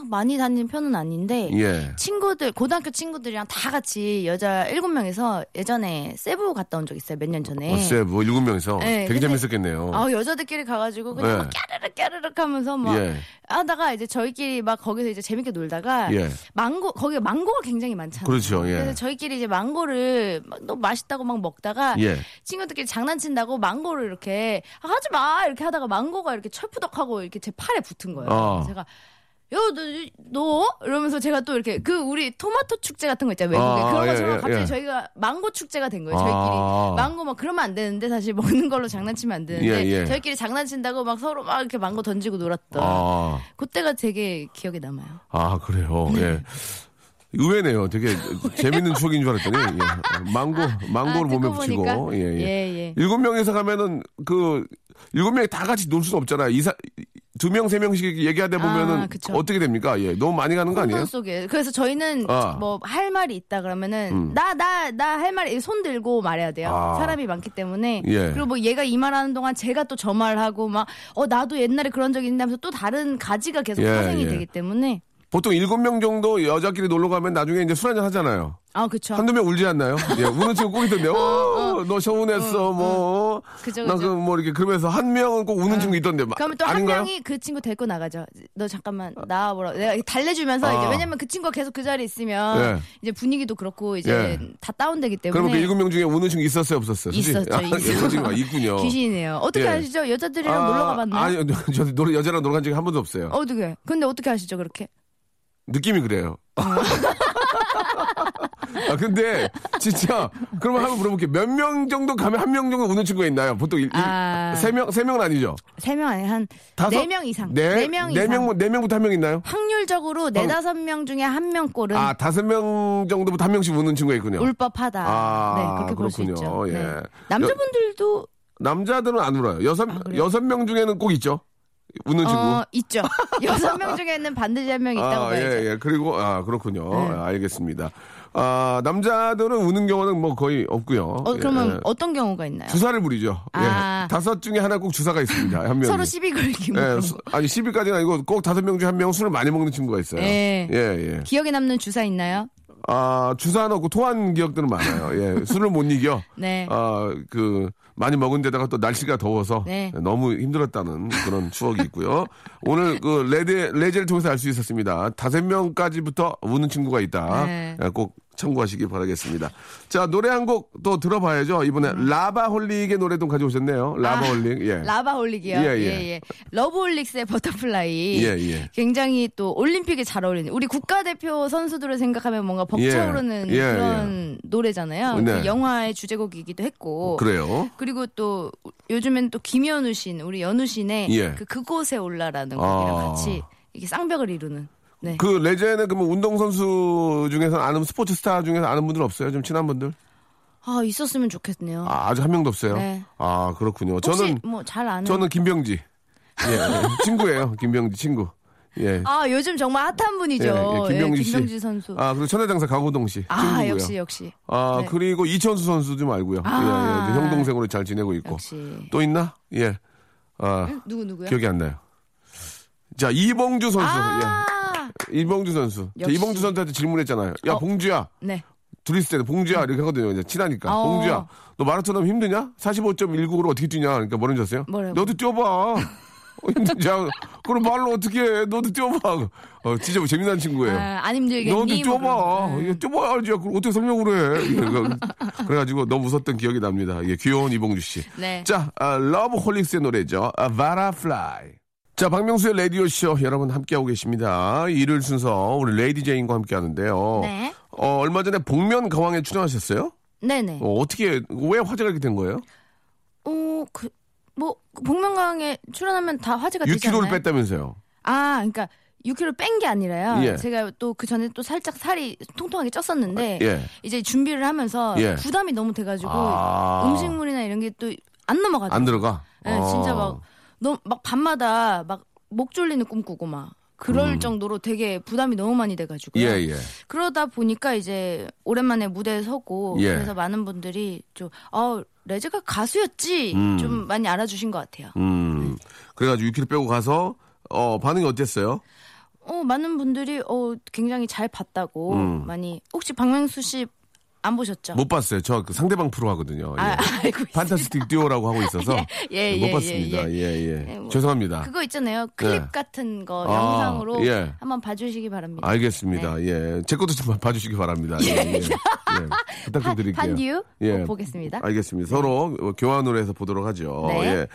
Speaker 3: 많이 다니는 편은 아닌데
Speaker 2: 예.
Speaker 3: 친구들 고등학교 친구들이랑 다 같이 여자 일곱 명에서 예전에 세부 갔다 온 적 있어요 몇 년 전에.
Speaker 2: 어쎄, 뭐, 일곱 명이서.
Speaker 3: 네,
Speaker 2: 되게
Speaker 3: 근데-
Speaker 2: 재밌었겠네요.
Speaker 3: 아 여자들끼리 가가지고 그냥
Speaker 2: 네.
Speaker 3: 막 깨르륵 깨르륵 하면서 막
Speaker 2: 예.
Speaker 3: 하다가 이제 저희끼리 막 거기서 이제 재밌게 놀다가
Speaker 2: 예.
Speaker 3: 망고 거기 망고가 굉장히 많잖아요.
Speaker 2: 그렇죠,
Speaker 3: 그래서
Speaker 2: 예.
Speaker 3: 저희끼리 이제 망고를 막 너무 맛있다고 막 먹다가
Speaker 2: 예.
Speaker 3: 친구들끼리 장난친다고 망고를 이렇게 아, 하지 마 이렇게 하다가 망고가 이렇게 철푸덕하고 이렇게 제 팔에 붙은 거예요.
Speaker 2: 어.
Speaker 3: 제가 야너 너? 이러면서 제가 또 이렇게 그 우리 토마토 축제 같은 거 있잖아요 외국에
Speaker 2: 아,
Speaker 3: 그런
Speaker 2: 예,
Speaker 3: 것처럼
Speaker 2: 예,
Speaker 3: 갑자기
Speaker 2: 예.
Speaker 3: 저희가 망고 축제가 된
Speaker 2: 아.
Speaker 3: 거예요 저희끼리 망고 막 그러면 안 되는데 사실 먹는 걸로 장난치면 안 되는데
Speaker 2: 예, 예.
Speaker 3: 저희끼리 장난친다고 막 서로 막 이렇게 망고 던지고 놀았던
Speaker 2: 아,
Speaker 3: 그때가 되게 기억에 남아요.
Speaker 2: 아, 그래요.
Speaker 3: 네.
Speaker 2: 예. 의외네요. 되게
Speaker 3: (laughs)
Speaker 2: 재밌는 추억인 줄 알았더니. 예. 망고, 망고를
Speaker 3: 아,
Speaker 2: 몸에
Speaker 3: 듣고
Speaker 2: 붙이고.
Speaker 3: 보니까.
Speaker 2: 예, 예.
Speaker 3: 예, 예.
Speaker 2: 일곱 명이서 가면은 그 일곱 명이 다 같이 놀 수는 없잖아요. 이사 두 명 세 명씩 얘기하다 보면은
Speaker 3: 아, 그쵸.
Speaker 2: 어떻게 됩니까? 예, 너무 많이 가는 거 아니에요?
Speaker 3: 혼돈 속에 그래서 저희는
Speaker 2: 아. 음.
Speaker 3: 뭐 할 말이 있다 그러면은 나 나 나 할 말이 손 들고 말해야 돼요.
Speaker 2: 아.
Speaker 3: 사람이 많기 때문에
Speaker 2: 예.
Speaker 3: 그리고 뭐 얘가 이 말하는 동안 제가 또 저 말하고 막 어 나도 옛날에 그런 적 있는데 하면서 또 다른 가지가 계속
Speaker 2: 예,
Speaker 3: 파생이
Speaker 2: 예.
Speaker 3: 되기 때문에
Speaker 2: 보통 일곱 명 정도 여자끼리 놀러 가면 나중에 이제 술 한잔 하잖아요.
Speaker 3: 아 그쵸.
Speaker 2: 한두 명 울지 않나요? 예, 우는 친구 꼭 있던데, 어, 너 서운했어, 뭐,
Speaker 3: 그죠,
Speaker 2: 나 그,
Speaker 3: 그죠.
Speaker 2: 뭐, 이렇게, 그러면서 한 명은 꼭 우는 친구 있던데, 마-
Speaker 3: 어. 그러면 또 한
Speaker 2: 아닌가요?
Speaker 3: 명이 그 친구 데리고 나가죠. 너 잠깐만 나 뭐라 내가 이렇게 달래주면서
Speaker 2: 아.
Speaker 3: 이제 왜냐면 그 친구가 계속 그 자리에 있으면
Speaker 2: 예.
Speaker 3: 이제 분위기도 그렇고 이제
Speaker 2: 예.
Speaker 3: 다 다운되기 때문에
Speaker 2: 그러면 그 일곱 명 중에 우는 친구 있었어요, 없었어요? 솔직히-
Speaker 3: 있었죠.
Speaker 2: 아,
Speaker 3: 있었죠.
Speaker 2: 솔직히 막 있군요.
Speaker 3: (laughs) 귀신이네요. 어떻게
Speaker 2: 예.
Speaker 3: 아시죠? 여자들이랑 놀러 가봤나요?
Speaker 2: 아니요, (laughs) 저 놀- 여자랑 놀러 간 적이 한 번도 없어요.
Speaker 3: 어떻게? 근데 어떻게 아시죠 그렇게?
Speaker 2: 느낌이
Speaker 3: (laughs)
Speaker 2: 그래요. 아, 근데, 진짜, 그러면 한번 물어볼게요. 몇 명 정도 가면 한 명 정도 우는 친구가 있나요? 보통 일, 일-
Speaker 3: 아.
Speaker 2: 세 명, 세 명은 아니죠?
Speaker 3: 세 명 아니
Speaker 2: 다섯?
Speaker 3: 한네 명 이상.
Speaker 2: 네,
Speaker 3: 명
Speaker 2: 네
Speaker 3: 이상.
Speaker 2: 명, 네 명부터 한 명 있나요?
Speaker 3: 확률적으로 네
Speaker 2: 방-
Speaker 3: 다섯 명 중에 한 명꼴은
Speaker 2: 아, 다섯 명 정도부터 한 명씩 우는 친구가 있군요.
Speaker 3: 울법하다.
Speaker 2: 아,
Speaker 3: 네, 그렇게 볼 수
Speaker 2: 그렇군요.
Speaker 3: 있죠.
Speaker 2: 예. 음,
Speaker 3: 네. 남자분들도
Speaker 2: 남자들은 안 울어요. 여섯,
Speaker 3: 아, 그래요?
Speaker 2: 여섯 명 중에는 꼭 있죠? 우는 친구.
Speaker 3: 어, 있죠. (laughs) 여섯 명 중에는 반드시 한 명 있다고
Speaker 2: 아,
Speaker 3: 봐야죠. 네.
Speaker 2: 예, 예. 그리고, 아, 그렇군요. 아, 알겠습니다. 아, 남자들은 우는 경우는 뭐 거의 없고요.
Speaker 3: 어, 그러면
Speaker 2: 예.
Speaker 3: 어떤 경우가 있나요?
Speaker 2: 주사를 부리죠.
Speaker 3: 아.
Speaker 2: 예. 다섯 중에 하나 꼭 주사가 있습니다. 한 명이.
Speaker 3: 서로 시비 걸기 뭐
Speaker 2: 예,
Speaker 3: 그런
Speaker 2: 수-
Speaker 3: 거.
Speaker 2: 아니 10위까지는 아니고 꼭 다섯 명 중 한 명은 술을 많이 먹는 친구가 있어요.
Speaker 3: 예.
Speaker 2: 예, 예.
Speaker 3: 기억에 남는 주사 있나요?
Speaker 2: 아, 주사 하나 없고 토한 기억들은 많아요. 예. 술을 못 이겨.
Speaker 3: 네.
Speaker 2: 아, 그 많이 먹은 데다가 또 날씨가 더워서
Speaker 3: 네.
Speaker 2: 너무 힘들었다는 그런 추억이 있고요. 오늘 그 레드 레제를 통해서 알 수 있었습니다. 다섯 명까지부터 우는 친구가 있다.
Speaker 3: 네.
Speaker 2: 예, 꼭 참고하시기 바라겠습니다. 자, 노래 한 곡 또 들어봐야죠. 이번에 라바홀릭의 노래도 가져오셨네요. 라바홀릭. 예.
Speaker 3: 음. 아, 라바홀릭이요.
Speaker 2: 예,
Speaker 3: 예,
Speaker 2: 예.
Speaker 3: 예. 러브홀릭스의 버터플라이.
Speaker 2: 예, 예.
Speaker 3: 굉장히 또 올림픽에 잘 어울리는 우리 국가대표 선수들을 생각하면 뭔가 벅차오르는
Speaker 2: 예, 예,
Speaker 3: 그런 노래잖아요.
Speaker 2: 네. 어,
Speaker 3: 그 영화의 주제곡이기도 했고.
Speaker 2: 그래요.
Speaker 3: 그리고 또 요즘엔 또 김현우 신, 우리 연우 신의
Speaker 2: 예.
Speaker 3: 그 그곳에 올라라는
Speaker 2: 아.
Speaker 3: 곡이랑 같이 이게 쌍벽을 이루는. 네.
Speaker 2: 그 레제는 그러면 운동선수 중에서 아는 스포츠 스타 중에서 아는 분들 없어요? 좀 친한 분들?
Speaker 3: 아 있었으면 좋겠네요.
Speaker 2: 아, 아직 한 명도 없어요.
Speaker 3: 네.
Speaker 2: 아, 그렇군요.
Speaker 3: 혹시
Speaker 2: 저는
Speaker 3: 뭐 잘 아는.
Speaker 2: 저는 김병지.
Speaker 3: (laughs)
Speaker 2: 예. 친구예요. 김병지 친구. 예.
Speaker 3: 아 요즘 정말 핫한 분이죠.
Speaker 2: 예, 예, 김병지
Speaker 3: 예,
Speaker 2: 씨.
Speaker 3: 김병지 선수.
Speaker 2: 아, 그리고 천혜장사 가고동 씨.
Speaker 3: 아
Speaker 2: 친구고요.
Speaker 3: 역시 역시
Speaker 2: 아,
Speaker 3: 네.
Speaker 2: 그리고 이천수 선수 좀 알고요.
Speaker 3: 아.
Speaker 2: 예, 예. 형 동생으로 잘 지내고 있고.
Speaker 3: 역시. 어,
Speaker 2: 또 있나? 예. 아,
Speaker 3: 누구 누구야?
Speaker 2: 기억이 안 나요. 자, 이봉주 선수.
Speaker 3: 아
Speaker 2: 예. 이봉주 선수. 자,
Speaker 3: 역시.
Speaker 2: 이봉주 선수한테 질문했잖아요. 야,
Speaker 3: 어.
Speaker 2: 봉주야.
Speaker 3: 네.
Speaker 2: 둘이 있을 때는 봉주야 이렇게 하거든요. 이제 친하니까.
Speaker 3: 어.
Speaker 2: 봉주야. 너 마라톤 하면 힘드냐? 45.19로 어떻게 뛰냐? 그러니까 뭐라는 줄 아세요?
Speaker 3: 뭐라고?
Speaker 2: 너도 뛰어봐. 어, 힘들지 않아. 그럼 말로 어떻게 해? 너도 뛰어봐. 어, 진짜 재미난 친구예요.
Speaker 3: 아, 안 힘들겠니?
Speaker 2: 너도
Speaker 3: 뭐 그런-
Speaker 2: 뛰어봐.
Speaker 3: 음.
Speaker 2: 이거 뛰어봐야지. 그걸 어떻게 설명을 해. 예, 그러니까 그래가지고 너무 웃었던 기억이 납니다. 예, 귀여운 이봉주 씨.
Speaker 3: 네.
Speaker 2: 자, 아, 러브 홀릭스의 노래죠. 아, 바라플라이. 자, 박명수의 라디오쇼 여러분 함께하고 계십니다. 일요일 순서 우리 레이디 제인과 함께 하는데요.
Speaker 3: 네.
Speaker 2: 어, 얼마 전에 복면 가왕에 출연하셨어요?
Speaker 3: 네네.
Speaker 2: 어, 어떻게, 왜 화제가 이렇게 된 거예요? 어.
Speaker 3: 오, 그, 뭐, 그 복면가왕에 출연하면 다 화제가 아, 되지
Speaker 2: 6kg를
Speaker 3: 않나요?
Speaker 2: 뺐다면서요?
Speaker 3: 아, 그러니까 6kg 뺀 게 아니라요.
Speaker 2: 예.
Speaker 3: 제가 또 그 전에 또 살짝 살이 통통하게 쪘었는데
Speaker 2: 예.
Speaker 3: 이제 준비를 하면서
Speaker 2: 예.
Speaker 3: 부담이 너무 돼가지고
Speaker 2: 아.
Speaker 3: 음식물이나 이런 게 또 안 넘어가요.
Speaker 2: 안 들어가?
Speaker 3: 예,
Speaker 2: 아.
Speaker 3: 진짜 막, 너무, 막 밤마다 막 목 졸리는 꿈꾸고 막 그럴 정도로 되게 부담이 너무 많이 돼가지고.
Speaker 2: 음. 예, 예.
Speaker 3: 그러다 보니까 이제 오랜만에 무대에 서고
Speaker 2: 예.
Speaker 3: 그래서 많은 분들이 좀, 어, 레즈가 가수였지 좀 많이 알아주신 것 같아요.
Speaker 2: 음. 그래가지고 6kg 빼고 가서, 어, 반응이 어땠어요?
Speaker 3: 어, 많은 분들이 어, 굉장히 잘 봤다고 많이 혹시 박명수 씨 안 보셨죠?
Speaker 2: 음. 못 봤어요. 저그 상대방 프로 하거든요. 예.
Speaker 3: 아, (laughs) 알고 있어요.
Speaker 2: 판타스틱 듀오라고 하고 있어서
Speaker 3: (laughs) 예, 예,
Speaker 2: 못
Speaker 3: 예,
Speaker 2: 봤습니다.
Speaker 3: 예.
Speaker 2: 예, 예.
Speaker 3: 예, 뭐.
Speaker 2: 죄송합니다.
Speaker 3: 그거 있잖아요. 클립
Speaker 2: 예.
Speaker 3: 같은 거
Speaker 2: 아,
Speaker 3: 영상으로
Speaker 2: 예.
Speaker 3: 한번 봐주시기 바랍니다. 네.
Speaker 2: 알겠습니다. 예. 제 것도 좀 봐주시기 바랍니다. 예. 예. 예. 부탁 좀 드릴게요.
Speaker 3: 판듀 어,
Speaker 2: 예.
Speaker 3: 보겠습니다.
Speaker 2: 알겠습니다. 서로 교환으로 해서 보도록 하죠.
Speaker 3: 네.
Speaker 2: 예.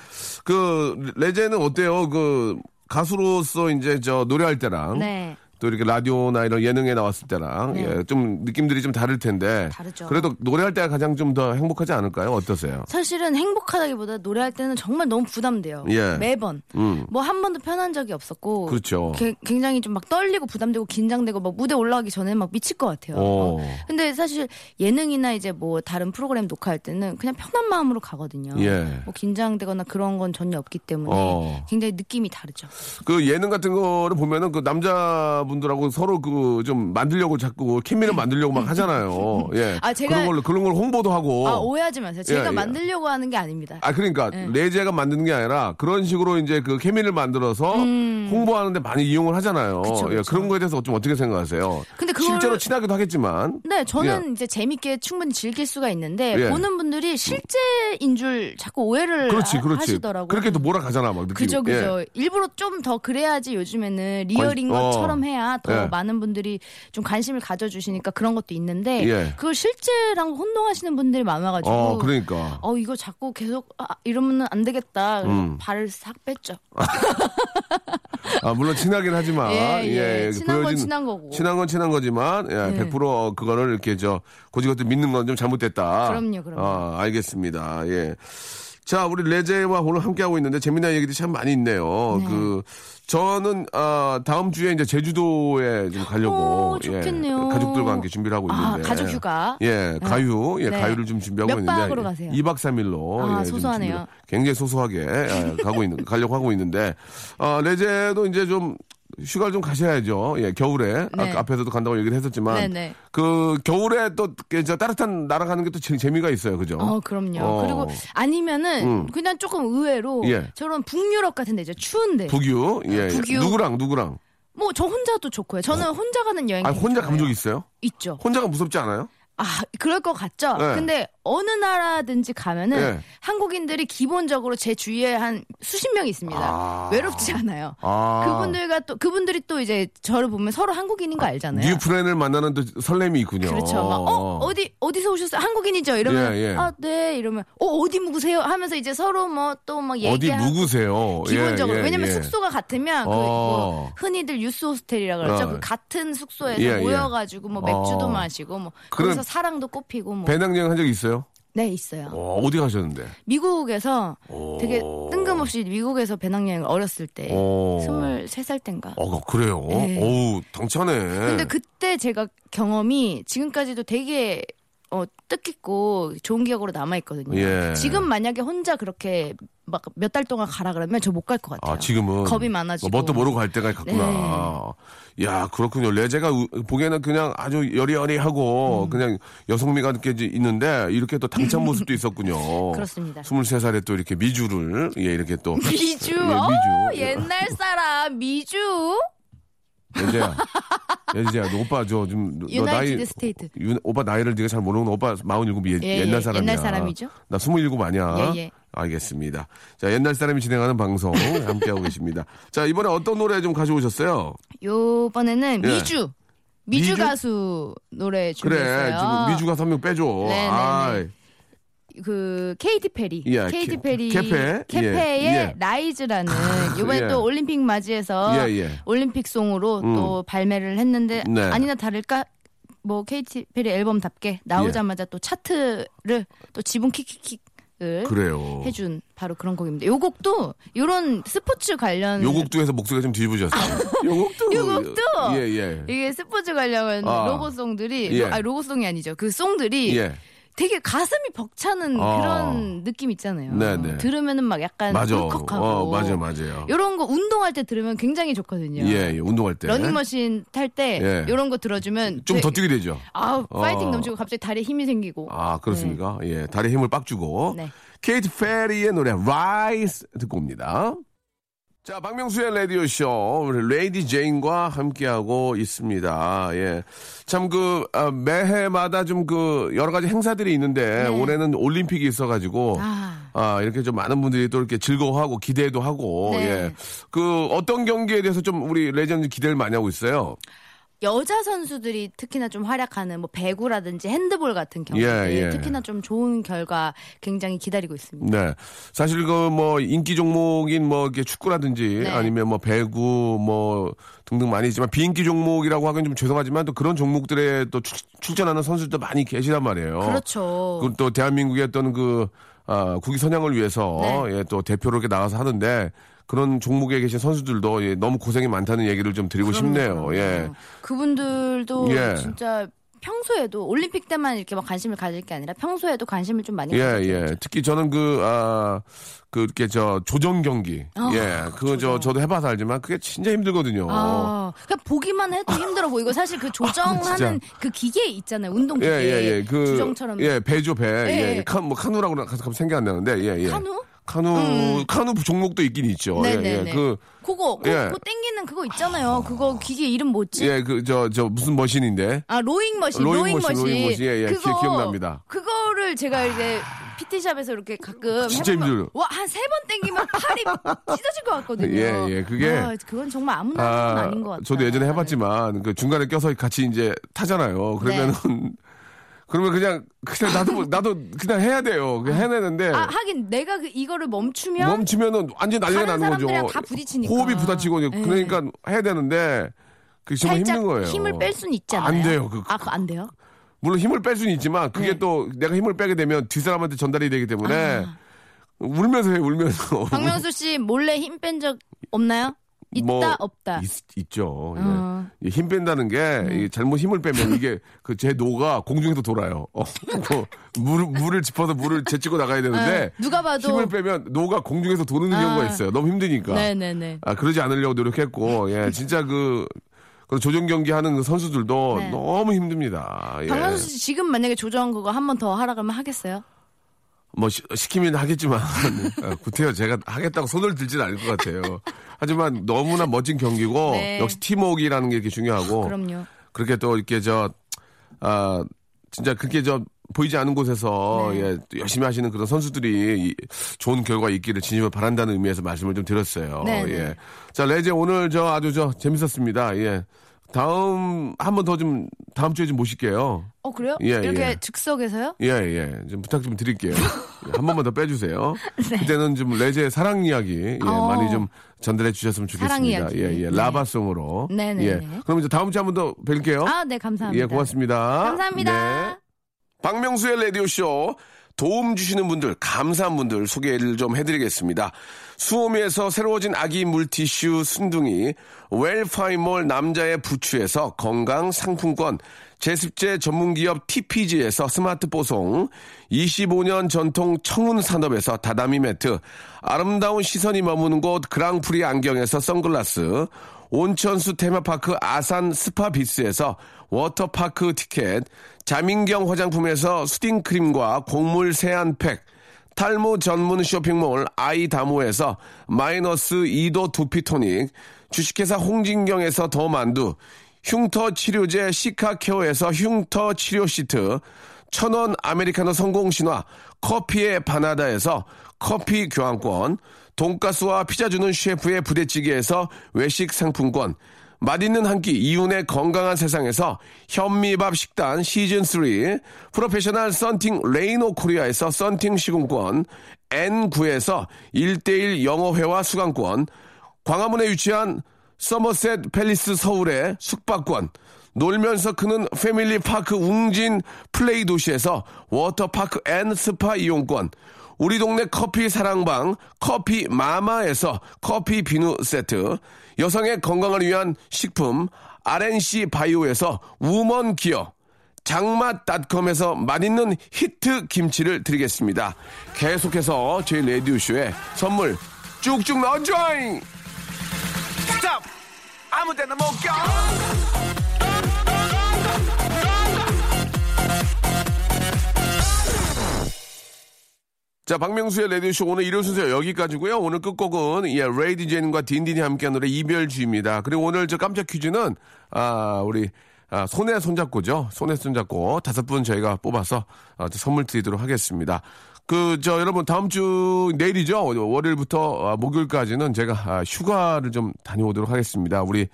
Speaker 2: 그, 레제는 어때요? 그, 가수로서 이제 저 노래할 때랑
Speaker 3: 네.
Speaker 2: 또 이렇게 라디오나 이런 예능에 나왔을 때랑
Speaker 3: 네.
Speaker 2: 예, 좀 느낌들이 좀 다를 텐데
Speaker 3: 다르죠.
Speaker 2: 그래도 노래할 때가 가장 좀 더 행복하지 않을까요? 어떠세요?
Speaker 3: 사실은 행복하다기보다 노래할 때는 정말 너무 부담돼요.
Speaker 2: 예.
Speaker 3: 매번
Speaker 2: 음.
Speaker 3: 뭐 한 번도 편한 적이 없었고
Speaker 2: 그렇죠.
Speaker 3: 게- 굉장히 좀 막 떨리고 부담되고 긴장되고 막 무대 올라가기 전에 막 미칠 것 같아요.
Speaker 2: 오.
Speaker 3: 근데 사실 예능이나 이제 뭐 다른 프로그램 녹화할 때는 그냥 편한 마음으로 가거든요.
Speaker 2: 예.
Speaker 3: 뭐 긴장되거나 그런 건 전혀 없기 때문에
Speaker 2: 어.
Speaker 3: 굉장히 느낌이 다르죠.
Speaker 2: 그 예능 같은 거를 보면은 그 남자분들하고 서로 그 좀 만들려고 자꾸 케미를 만들려고 막
Speaker 3: (laughs)
Speaker 2: 하잖아요. 예.
Speaker 3: 네. 아, 제가-
Speaker 2: 그런 걸로 그런 걸 홍보도 하고.
Speaker 3: 아 오해하지 마세요. 제가
Speaker 2: 어. 예, 예.
Speaker 3: 만들려고 하는 게 아닙니다.
Speaker 2: 아, 그러니까
Speaker 3: 예.
Speaker 2: 레제가 만드는 게 아니라 그런 식으로 이제 그 케미를 만들어서 홍보하는데 많이 이용을 하잖아요.
Speaker 3: 음. 그쵸,
Speaker 2: 예,
Speaker 3: 그쵸.
Speaker 2: 그런 거에 대해서 좀 어떻게 생각하세요?
Speaker 3: 근데 그걸-
Speaker 2: 실제로 친하기도 하겠지만
Speaker 3: 네, 저는 이제 재밌게 충분히 즐길 수가 있는데
Speaker 2: 예.
Speaker 3: 보는 분들이 실제인 줄 자꾸 오해를
Speaker 2: 그렇지,
Speaker 3: 음, 하-
Speaker 2: 그렇지.
Speaker 3: 하시더라고요.
Speaker 2: 그렇게 또 몰아가잖아, 막 느낌. 예.
Speaker 3: 그죠, 그죠. 일부러 좀 더 그래야지 요즘에는 리얼인
Speaker 2: 관- 어.
Speaker 3: 것처럼 해야 더
Speaker 2: 예.
Speaker 3: 많은 분들이 좀 관심을 가져주시니까 그런 것도 있는데
Speaker 2: 예.
Speaker 3: 그걸 실제랑 혼동하시는 분들이 많아가지고
Speaker 2: 어, 그러니까.
Speaker 3: 어, 이거 자꾸 계속 아, 이러면 안 되겠다. 그래서
Speaker 2: 음.
Speaker 3: 발을 싹 뺐죠.
Speaker 2: 아, 물론 친하긴 하지만.
Speaker 3: 예, 예. 친한 건 친한 거고. 네.
Speaker 2: 친한 건 친한 거지만, 예, 100% 그거를 이렇게 저, 고지것도 믿는 건 좀 잘못됐다.
Speaker 3: 그럼요, 그럼요.
Speaker 2: 아, 알겠습니다. 예. 자, 우리 레제와 오늘 함께하고 있는데 재미난 얘기들이 참 많이 있네요. 그, 저는, 아, 다음 주에 이제 제주도에 좀 가려고.
Speaker 3: 오, 어, 좋겠네요.
Speaker 2: 예, 가족들과 함께 준비를 하고
Speaker 3: 아,
Speaker 2: 있는데.
Speaker 3: 가족 휴가.
Speaker 2: 예, 가유. 예,
Speaker 3: 네.
Speaker 2: 가유를 좀 준비하고
Speaker 3: 몇
Speaker 2: 있는데.
Speaker 3: 박으로 가세요?
Speaker 2: 2박 3일로. 예,
Speaker 3: 아, 소소하네요.
Speaker 2: 굉장히 소소하게 예, 가고 있는 가려고 하고 있는데 아, 레제도 이제 좀 휴가를 좀 가셔야죠. 예, 겨울에
Speaker 3: 네.
Speaker 2: 아까 앞에서도 간다고 얘기를 했었지만
Speaker 3: 네, 네.
Speaker 2: 그 겨울에 또 이렇게 저 따뜻한 나라 가는 게 또 재미가 있어요, 그죠?
Speaker 3: 어, 그럼요.
Speaker 2: 어.
Speaker 3: 그리고 아니면은
Speaker 2: 음.
Speaker 3: 그냥 조금 의외로
Speaker 2: 예.
Speaker 3: 저런 북유럽 같은 데죠. 추운데.
Speaker 2: 북유, 예,
Speaker 3: 북유.
Speaker 2: 누구랑 누구랑?
Speaker 3: 뭐 저 혼자도 좋고요. 저는 혼자 가는 여행.
Speaker 2: 아,
Speaker 3: 되게
Speaker 2: 혼자
Speaker 3: 좋아해요.
Speaker 2: 감정 있어요?
Speaker 3: 있죠.
Speaker 2: 혼자가 무섭지 않아요?
Speaker 3: 아, 그럴 것 같죠?
Speaker 2: 네.
Speaker 3: 근데 어느 나라든지 가면은
Speaker 2: 네.
Speaker 3: 한국인들이 기본적으로 제 주위에 한 수십 명이 있습니다.
Speaker 2: 아.
Speaker 3: 외롭지 않아요.
Speaker 2: 아.
Speaker 3: 그분들과 또, 그분들이 또 이제 저를 보면 서로 한국인인 거 알잖아요.
Speaker 2: 뉴 프렌을 만나는 또 설렘이 있군요.
Speaker 3: 네. 그렇죠. 막, 어, 어디, 어디서 오셨어요? 한국인이죠? 이러면,
Speaker 2: 예, 예.
Speaker 3: 아, 네. 이러면, 어, 어디 묵으세요? 하면서 이제 서로 뭐 또 막
Speaker 2: 어디
Speaker 3: 얘기하고.
Speaker 2: 묵으세요? 예,
Speaker 3: 기본적으로.
Speaker 2: 예,
Speaker 3: 왜냐면
Speaker 2: 예.
Speaker 3: 숙소가 같으면, 그,
Speaker 2: 어.
Speaker 3: 뭐, 흔히들 유스 호스텔이라 그러죠.
Speaker 2: 어.
Speaker 3: 그 같은 숙소에서
Speaker 2: 예, 예.
Speaker 3: 모여가지고, 뭐, 맥주도
Speaker 2: 어.
Speaker 3: 마시고, 뭐,
Speaker 2: 그런-
Speaker 3: 거기서 사랑도 꽃피고, 뭐.
Speaker 2: 배낭여행 한 적 있어요?
Speaker 3: 네, 있어요.
Speaker 2: 어, 어디 가셨는데?
Speaker 3: 미국에서 되게 뜬금없이 미국에서 배낭여행을 어렸을 때
Speaker 2: 오.
Speaker 3: 23살 땐가
Speaker 2: 어, 예. 그래요.
Speaker 3: 네.
Speaker 2: 어우, 당차네.
Speaker 3: 근데 그때 제가 경험이 지금까지도 되게 어, 뜻깊고 좋은 기억으로 남아있거든요
Speaker 2: 예.
Speaker 3: 지금 만약에 혼자 그렇게 막 몇 달 동안 가라 그러면 저 못 갈 것 같아요
Speaker 2: 아, 지금은. 뭐,
Speaker 3: 겁이 많아지고. 네.
Speaker 2: 뭣도 모르고 갈 때가 갔구나. 야, 그렇군요. 레제가 우- 보기에는 그냥 아주
Speaker 3: 음.
Speaker 2: 여리여리하고 그냥 여성미가 느껴지 있는데 이렇게 또
Speaker 3: (laughs)
Speaker 2: 당찬 모습도 있었군요.
Speaker 3: 그렇습니다.
Speaker 2: 23살에 또 이렇게 미주를, 예, 이렇게 또.
Speaker 3: 미주
Speaker 2: 예,
Speaker 3: 어,
Speaker 2: 미주.
Speaker 3: 옛날 사람
Speaker 2: (laughs)
Speaker 3: 미주
Speaker 2: 예지야. 예지야, 너 오빠 저 지금 너
Speaker 3: United
Speaker 2: 나이
Speaker 3: State.
Speaker 2: 유- 오빠 나이를 네가 잘 모르는 오빠 47 예,
Speaker 3: 예,
Speaker 2: 옛날
Speaker 3: 예,
Speaker 2: 사람이야.
Speaker 3: 옛날 사람이죠.
Speaker 2: 나 27 아니야.
Speaker 3: 예, 예.
Speaker 2: 알겠습니다. 자, 옛날 사람이 진행하는 방송 함께하고 계십니다. 자, 이번에 어떤 노래 좀 가져오셨어요?
Speaker 3: 요번에는
Speaker 2: 예.
Speaker 3: 미주 미주,
Speaker 2: 미주?
Speaker 3: 가수 노래
Speaker 2: 그래,
Speaker 3: 준비했어요
Speaker 2: 지금 미주가 선명 빼줘.
Speaker 3: 네,
Speaker 2: 아,
Speaker 3: 네, 그 케이티 페리,
Speaker 2: 예,
Speaker 3: 케이티
Speaker 2: 케-
Speaker 3: 페리
Speaker 2: 케페,
Speaker 3: 케페의
Speaker 2: 예, 예.
Speaker 3: 라이즈라는 이번에
Speaker 2: 예.
Speaker 3: 또 올림픽 맞이해서
Speaker 2: 예, 예.
Speaker 3: 올림픽송으로 또 발매를 했는데
Speaker 2: 네.
Speaker 3: 아니나 다를까 뭐 케이티 페리 앨범답게 나오자마자 또 차트를 또 지붕 킥킥킥을
Speaker 2: 그래요.
Speaker 3: 네. 해준 바로 그런 곡입니다. 요 곡도 요런 스포츠 관련
Speaker 2: 요곡도에서 목소리가 좀
Speaker 3: (laughs)
Speaker 2: 뒤집어졌어요. 요곡도.
Speaker 3: 요곡도?
Speaker 2: 예, 예.
Speaker 3: 이게 스포츠 관련
Speaker 2: 아.
Speaker 3: 로고송들이
Speaker 2: 예.
Speaker 3: 아 로고송이 아니죠. 그 송들이
Speaker 2: 예.
Speaker 3: 되게 가슴이 벅차는
Speaker 2: 아.
Speaker 3: 그런 느낌 있잖아요.
Speaker 2: 네네.
Speaker 3: 들으면은 막 약간
Speaker 2: 맞아.
Speaker 3: 울컥하고.
Speaker 2: 어, 맞아, 맞아요.
Speaker 3: 이런 거 운동할 때 들으면 굉장히 좋거든요.
Speaker 2: 예, 예, 운동할 때.
Speaker 3: 러닝머신 탈 때
Speaker 2: 예.
Speaker 3: 이런 거 들어주면
Speaker 2: 좀
Speaker 3: 되게-
Speaker 2: 더 뛰게 되죠.
Speaker 3: 아우
Speaker 2: 어.
Speaker 3: 파이팅 넘치고 갑자기 다리에 힘이 생기고.
Speaker 2: 아, 그렇습니까? 예, 다리 힘을 빡 주고.
Speaker 3: 네.
Speaker 2: 케이트 페리의 노래 Rise 듣고 옵니다. 자, 박명수의 라디오 쇼 우리 레이디 제인과 함께하고 있습니다. 예, 참 그 매해마다 좀 그 여러 가지 행사들이 있는데 올해는 올림픽이 있어가지고.
Speaker 3: 네. 아.
Speaker 2: 아, 이렇게 좀 많은 분들이 또 이렇게 즐거워하고 기대도 하고,
Speaker 3: 네.
Speaker 2: 예. 그 어떤 경기에 대해서 좀 우리 레전드 기대를 많이 하고 있어요?
Speaker 3: 여자 선수들이 특히나 좀 활약하는 뭐 배구라든지 핸드볼 같은 경우에
Speaker 2: 예, 예.
Speaker 3: 특히나 좀 좋은 결과 굉장히 기다리고 있습니다.
Speaker 2: 네. 사실 그 뭐 인기 종목인 뭐 이렇게 축구라든지
Speaker 3: 네.
Speaker 2: 아니면 뭐 배구 뭐 등등 많이 있지만 비인기 종목이라고 하긴 좀 죄송하지만 또 그런 종목들에 또 출, 출전하는 선수들도 많이 계시단 말이에요.
Speaker 3: 그렇죠.
Speaker 2: 어, 그리고 또 대한민국의 어떤 그 아, 국위 선양을 위해서
Speaker 3: 네.
Speaker 2: 예, 또 대표로 이렇게 나가서 하는데 그런 종목에 계신 선수들도 예, 너무 고생이 많다는 얘기를 좀 드리고 싶네요.
Speaker 3: 그럼요.
Speaker 2: 예.
Speaker 3: 그분들도
Speaker 2: 예.
Speaker 3: 진짜 평소에도 올림픽 때만 이렇게 막 관심을 가질 게 아니라 평소에도 관심을 좀 많이
Speaker 2: 예,
Speaker 3: 가질
Speaker 2: 예. 특히 저는 그, 아, 그, 이렇게 저, 조정 경기.
Speaker 3: 아,
Speaker 2: 예. 그거 저,
Speaker 3: 조정.
Speaker 2: 저도 해봐서 알지만 그게 진짜 힘들거든요.
Speaker 3: 아, 그냥 보기만 해도 힘들어
Speaker 2: (laughs)
Speaker 3: 보이고 사실 그 조정하는 그 기계 있잖아요. 운동
Speaker 2: 아, 예,
Speaker 3: 기계.
Speaker 2: 예, 예. 그.
Speaker 3: 조정처럼
Speaker 2: 예, 배죠, 배. 예.
Speaker 3: 예.
Speaker 2: 칸, 뭐, 카누라고 갑자기 생각 안 나는데, 예, 예.
Speaker 3: 카누? 음.
Speaker 2: 카누, 카누 종목도 있긴 있죠. 예, 예.
Speaker 3: 네네네.
Speaker 2: 그,
Speaker 3: 그거 그,
Speaker 2: 예.
Speaker 3: 거 땡기는 그거 있잖아요. 그거 기계 이름 뭐지?
Speaker 2: 예, 그, 저, 저, 무슨 머신인데.
Speaker 3: 아 로잉 머신,
Speaker 2: 로잉
Speaker 3: 로잉
Speaker 2: 머신,
Speaker 3: 머신,
Speaker 2: 로잉 머신. 예, 예. 기- 기억납니다.
Speaker 3: 그거를 제가 이제 PT샵에서 이렇게 가끔
Speaker 2: 진짜
Speaker 3: 해보면
Speaker 2: 힘들어요.
Speaker 3: 와, 한 세 번 땡기면 팔이 찢어질 것 같거든요.
Speaker 2: 예, 예, 그게-
Speaker 3: 아, 그건 정말 아무나 하는 건 아닌 것 같아요. 네.
Speaker 2: 저도 예전에 해봤지만 그 중간에 껴서 같이 이제 타잖아요. 그러면은 (laughs) 그러면 그냥 그냥 나도 나도 그냥 해야 돼요. 그냥 해내는데
Speaker 3: 아, 하긴 내가 그 이거를 멈추면
Speaker 2: 멈추면은 완전 난리가
Speaker 3: 다른
Speaker 2: 나는 거죠.
Speaker 3: 사람들이랑 다 부딪히니까.
Speaker 2: 호흡이 부딪히고 이제
Speaker 3: 예.
Speaker 2: 그러니까 해야 되는데 그게 정말
Speaker 3: 살짝
Speaker 2: 힘든 거예요.
Speaker 3: 힘을 뺄 수는 있잖아요.
Speaker 2: 안 돼요. 그-
Speaker 3: 아, 그거 안 돼요?
Speaker 2: 물론 힘을 뺄 수는 있지만 그게
Speaker 3: 네.
Speaker 2: 또 내가 힘을 빼게 되면 뒷 사람한테 전달이 되기 때문에
Speaker 3: 아.
Speaker 2: 울면서 해
Speaker 3: (laughs)
Speaker 2: 울면서.
Speaker 3: 박명수 씨 몰래 힘 뺀 적 없나요? 있다
Speaker 2: 뭐
Speaker 3: 없다.
Speaker 2: 있, 죠 예.
Speaker 3: 어. 네.
Speaker 2: 힘 뺀다는 게 이게 잘못 힘을 빼면 이게 그 제 노가 공중에서 돌아요. 어, 뭐 물, 물을 짚어서 물을 제치고 나가야 되는데
Speaker 3: 어, 누가 봐도- 아.
Speaker 2: 힘을 빼면 노가 공중에서 도는 경우가 있어요. 너무 힘드니까.
Speaker 3: 네네네.
Speaker 2: 아, 그러지 않으려고 노력했고, 예,
Speaker 3: (laughs)
Speaker 2: 진짜 그, 그 조정 경기 하는 그 선수들도
Speaker 3: 네.
Speaker 2: 너무 힘듭니다. 예.
Speaker 3: 박명수 씨 지금 만약에 조정 그거 한 번 더 하라 그러면 하겠어요?
Speaker 2: 뭐, 시, 시키면 하겠지만, (laughs) 아, 구태여 제가 하겠다고 손을 들진 않을 것 같아요. 하지만 너무나 멋진 경기고,
Speaker 3: 네.
Speaker 2: 어. 역시 팀워크라는 게 이렇게 중요하고,
Speaker 3: 그럼요.
Speaker 2: 그렇게 또 이렇게 저, 아, 진짜 그렇게 저 보이지 않은 곳에서
Speaker 3: 네.
Speaker 2: 예, 또 열심히 하시는 그런 선수들이 이- 좋은 결과 있기를 진심으로 바란다는 의미에서 말씀을 좀 드렸어요.
Speaker 3: 네, 네.
Speaker 2: 예. 자, 레제 오늘 저 아주 저 재밌었습니다. 예. 다음 한 번 더 좀 다음 주에 좀 모실게요.
Speaker 3: 어 그래요?
Speaker 2: 예,
Speaker 3: 이렇게
Speaker 2: 예.
Speaker 3: 즉석에서요?
Speaker 2: 예, 예. 좀 부탁 좀
Speaker 3: (laughs)
Speaker 2: 드릴게요. 예, 한 번만 더 빼주세요. 그때는 좀 레제의 사랑 이야기 예,
Speaker 3: 네. 어.
Speaker 2: 많이 좀 전달해 주셨으면 좋겠습니다.
Speaker 3: 사랑 이야기.
Speaker 2: 예, 예.
Speaker 3: 네.
Speaker 2: 라바송으로.
Speaker 3: 네, 네,
Speaker 2: 예.
Speaker 3: 네.
Speaker 2: 그럼 이제 다음 주에 한 번 더 뵐게요.
Speaker 3: 아 네 감사합니다.
Speaker 2: 예, 고맙습니다.
Speaker 3: 감사합니다.
Speaker 2: 네. 박명수의 라디오쇼 도움 주시는 분들, 감사한 분들 소개를 좀 해드리겠습니다. 수오미에서 새로워진 아기 물티슈 순둥이, 웰파이몰 남자의 부추에서 건강 상품권, 제습제 전문기업 TPG에서 스마트 보송, 25년 전통 청운산업에서 다다미 매트, 아름다운 시선이 머무는 곳 그랑프리 안경에서 선글라스, 온천수 테마파크 아산 스파비스에서 워터파크 티켓, 자민경 화장품에서 수딩크림과 곡물 세안팩, 탈모 전문 쇼핑몰 아이다모에서 마이너스 2도 두피토닉, 주식회사 홍진경에서 더 만두, 흉터 치료제 시카케어에서 흉터 치료 시트, 천원 아메리카노 성공 신화 커피의 바나다에서 커피 교환권, 돈가스와 피자 주는 셰프의 부대찌개에서 외식 상품권, 맛있는 한 끼 이윤의 건강한 세상에서 현미밥 식단 시즌 3 프로페셔널 썬팅 레이노 코리아에서 썬팅 시공권 N9에서 1대1 영어회화 수강권 광화문에 위치한 서머셋 팰리스 서울의 숙박권 놀면서 크는 패밀리 파크 웅진 플레이 도시에서 워터파크 앤 스파 이용권 우리 동네 커피 사랑방 커피 마마에서 커피 비누 세트 여성의 건강을 위한 식품 RNC 바이오에서 우먼 기어 장맛닷컴에서 맛있는 히트 김치를 드리겠습니다. 계속해서 저희 레디오쇼에 선물 쭉쭉 넣어줘잉!
Speaker 1: 스탑! 아무 데나 못 가!
Speaker 2: 자, 박명수의 레디오쇼 오늘 일요 순서 여기까지고요 오늘 끝곡은, 예, 레이디 제인과 딘딘이 함께한 노래 이별주입니다. 그리고 오늘 저 깜짝 퀴즈는, 아, 우리, 아, 손에 손잡고죠. 손에 손잡고 다섯 분 저희가 뽑아서 아, 저 선물 드리도록 하겠습니다. 그, 저, 여러분, 다음 주, 내일이죠? 월요일부터 아, 목요일까지는 제가 아, 휴가를 좀 다녀오도록 하겠습니다. 우리,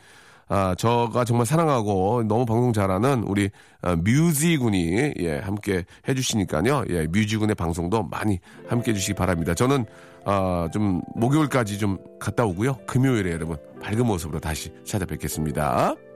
Speaker 2: 아, 저가 정말 사랑하고 너무 방송 잘하는 우리 아, 뮤지 군이 예, 함께 해주시니까요. 예, 뮤지 군의 방송도 많이 함께 해주시기 바랍니다. 저는 아, 좀 목요일까지 좀 갔다 오고요. 금요일에 여러분 밝은 모습으로 다시 찾아뵙겠습니다. 네.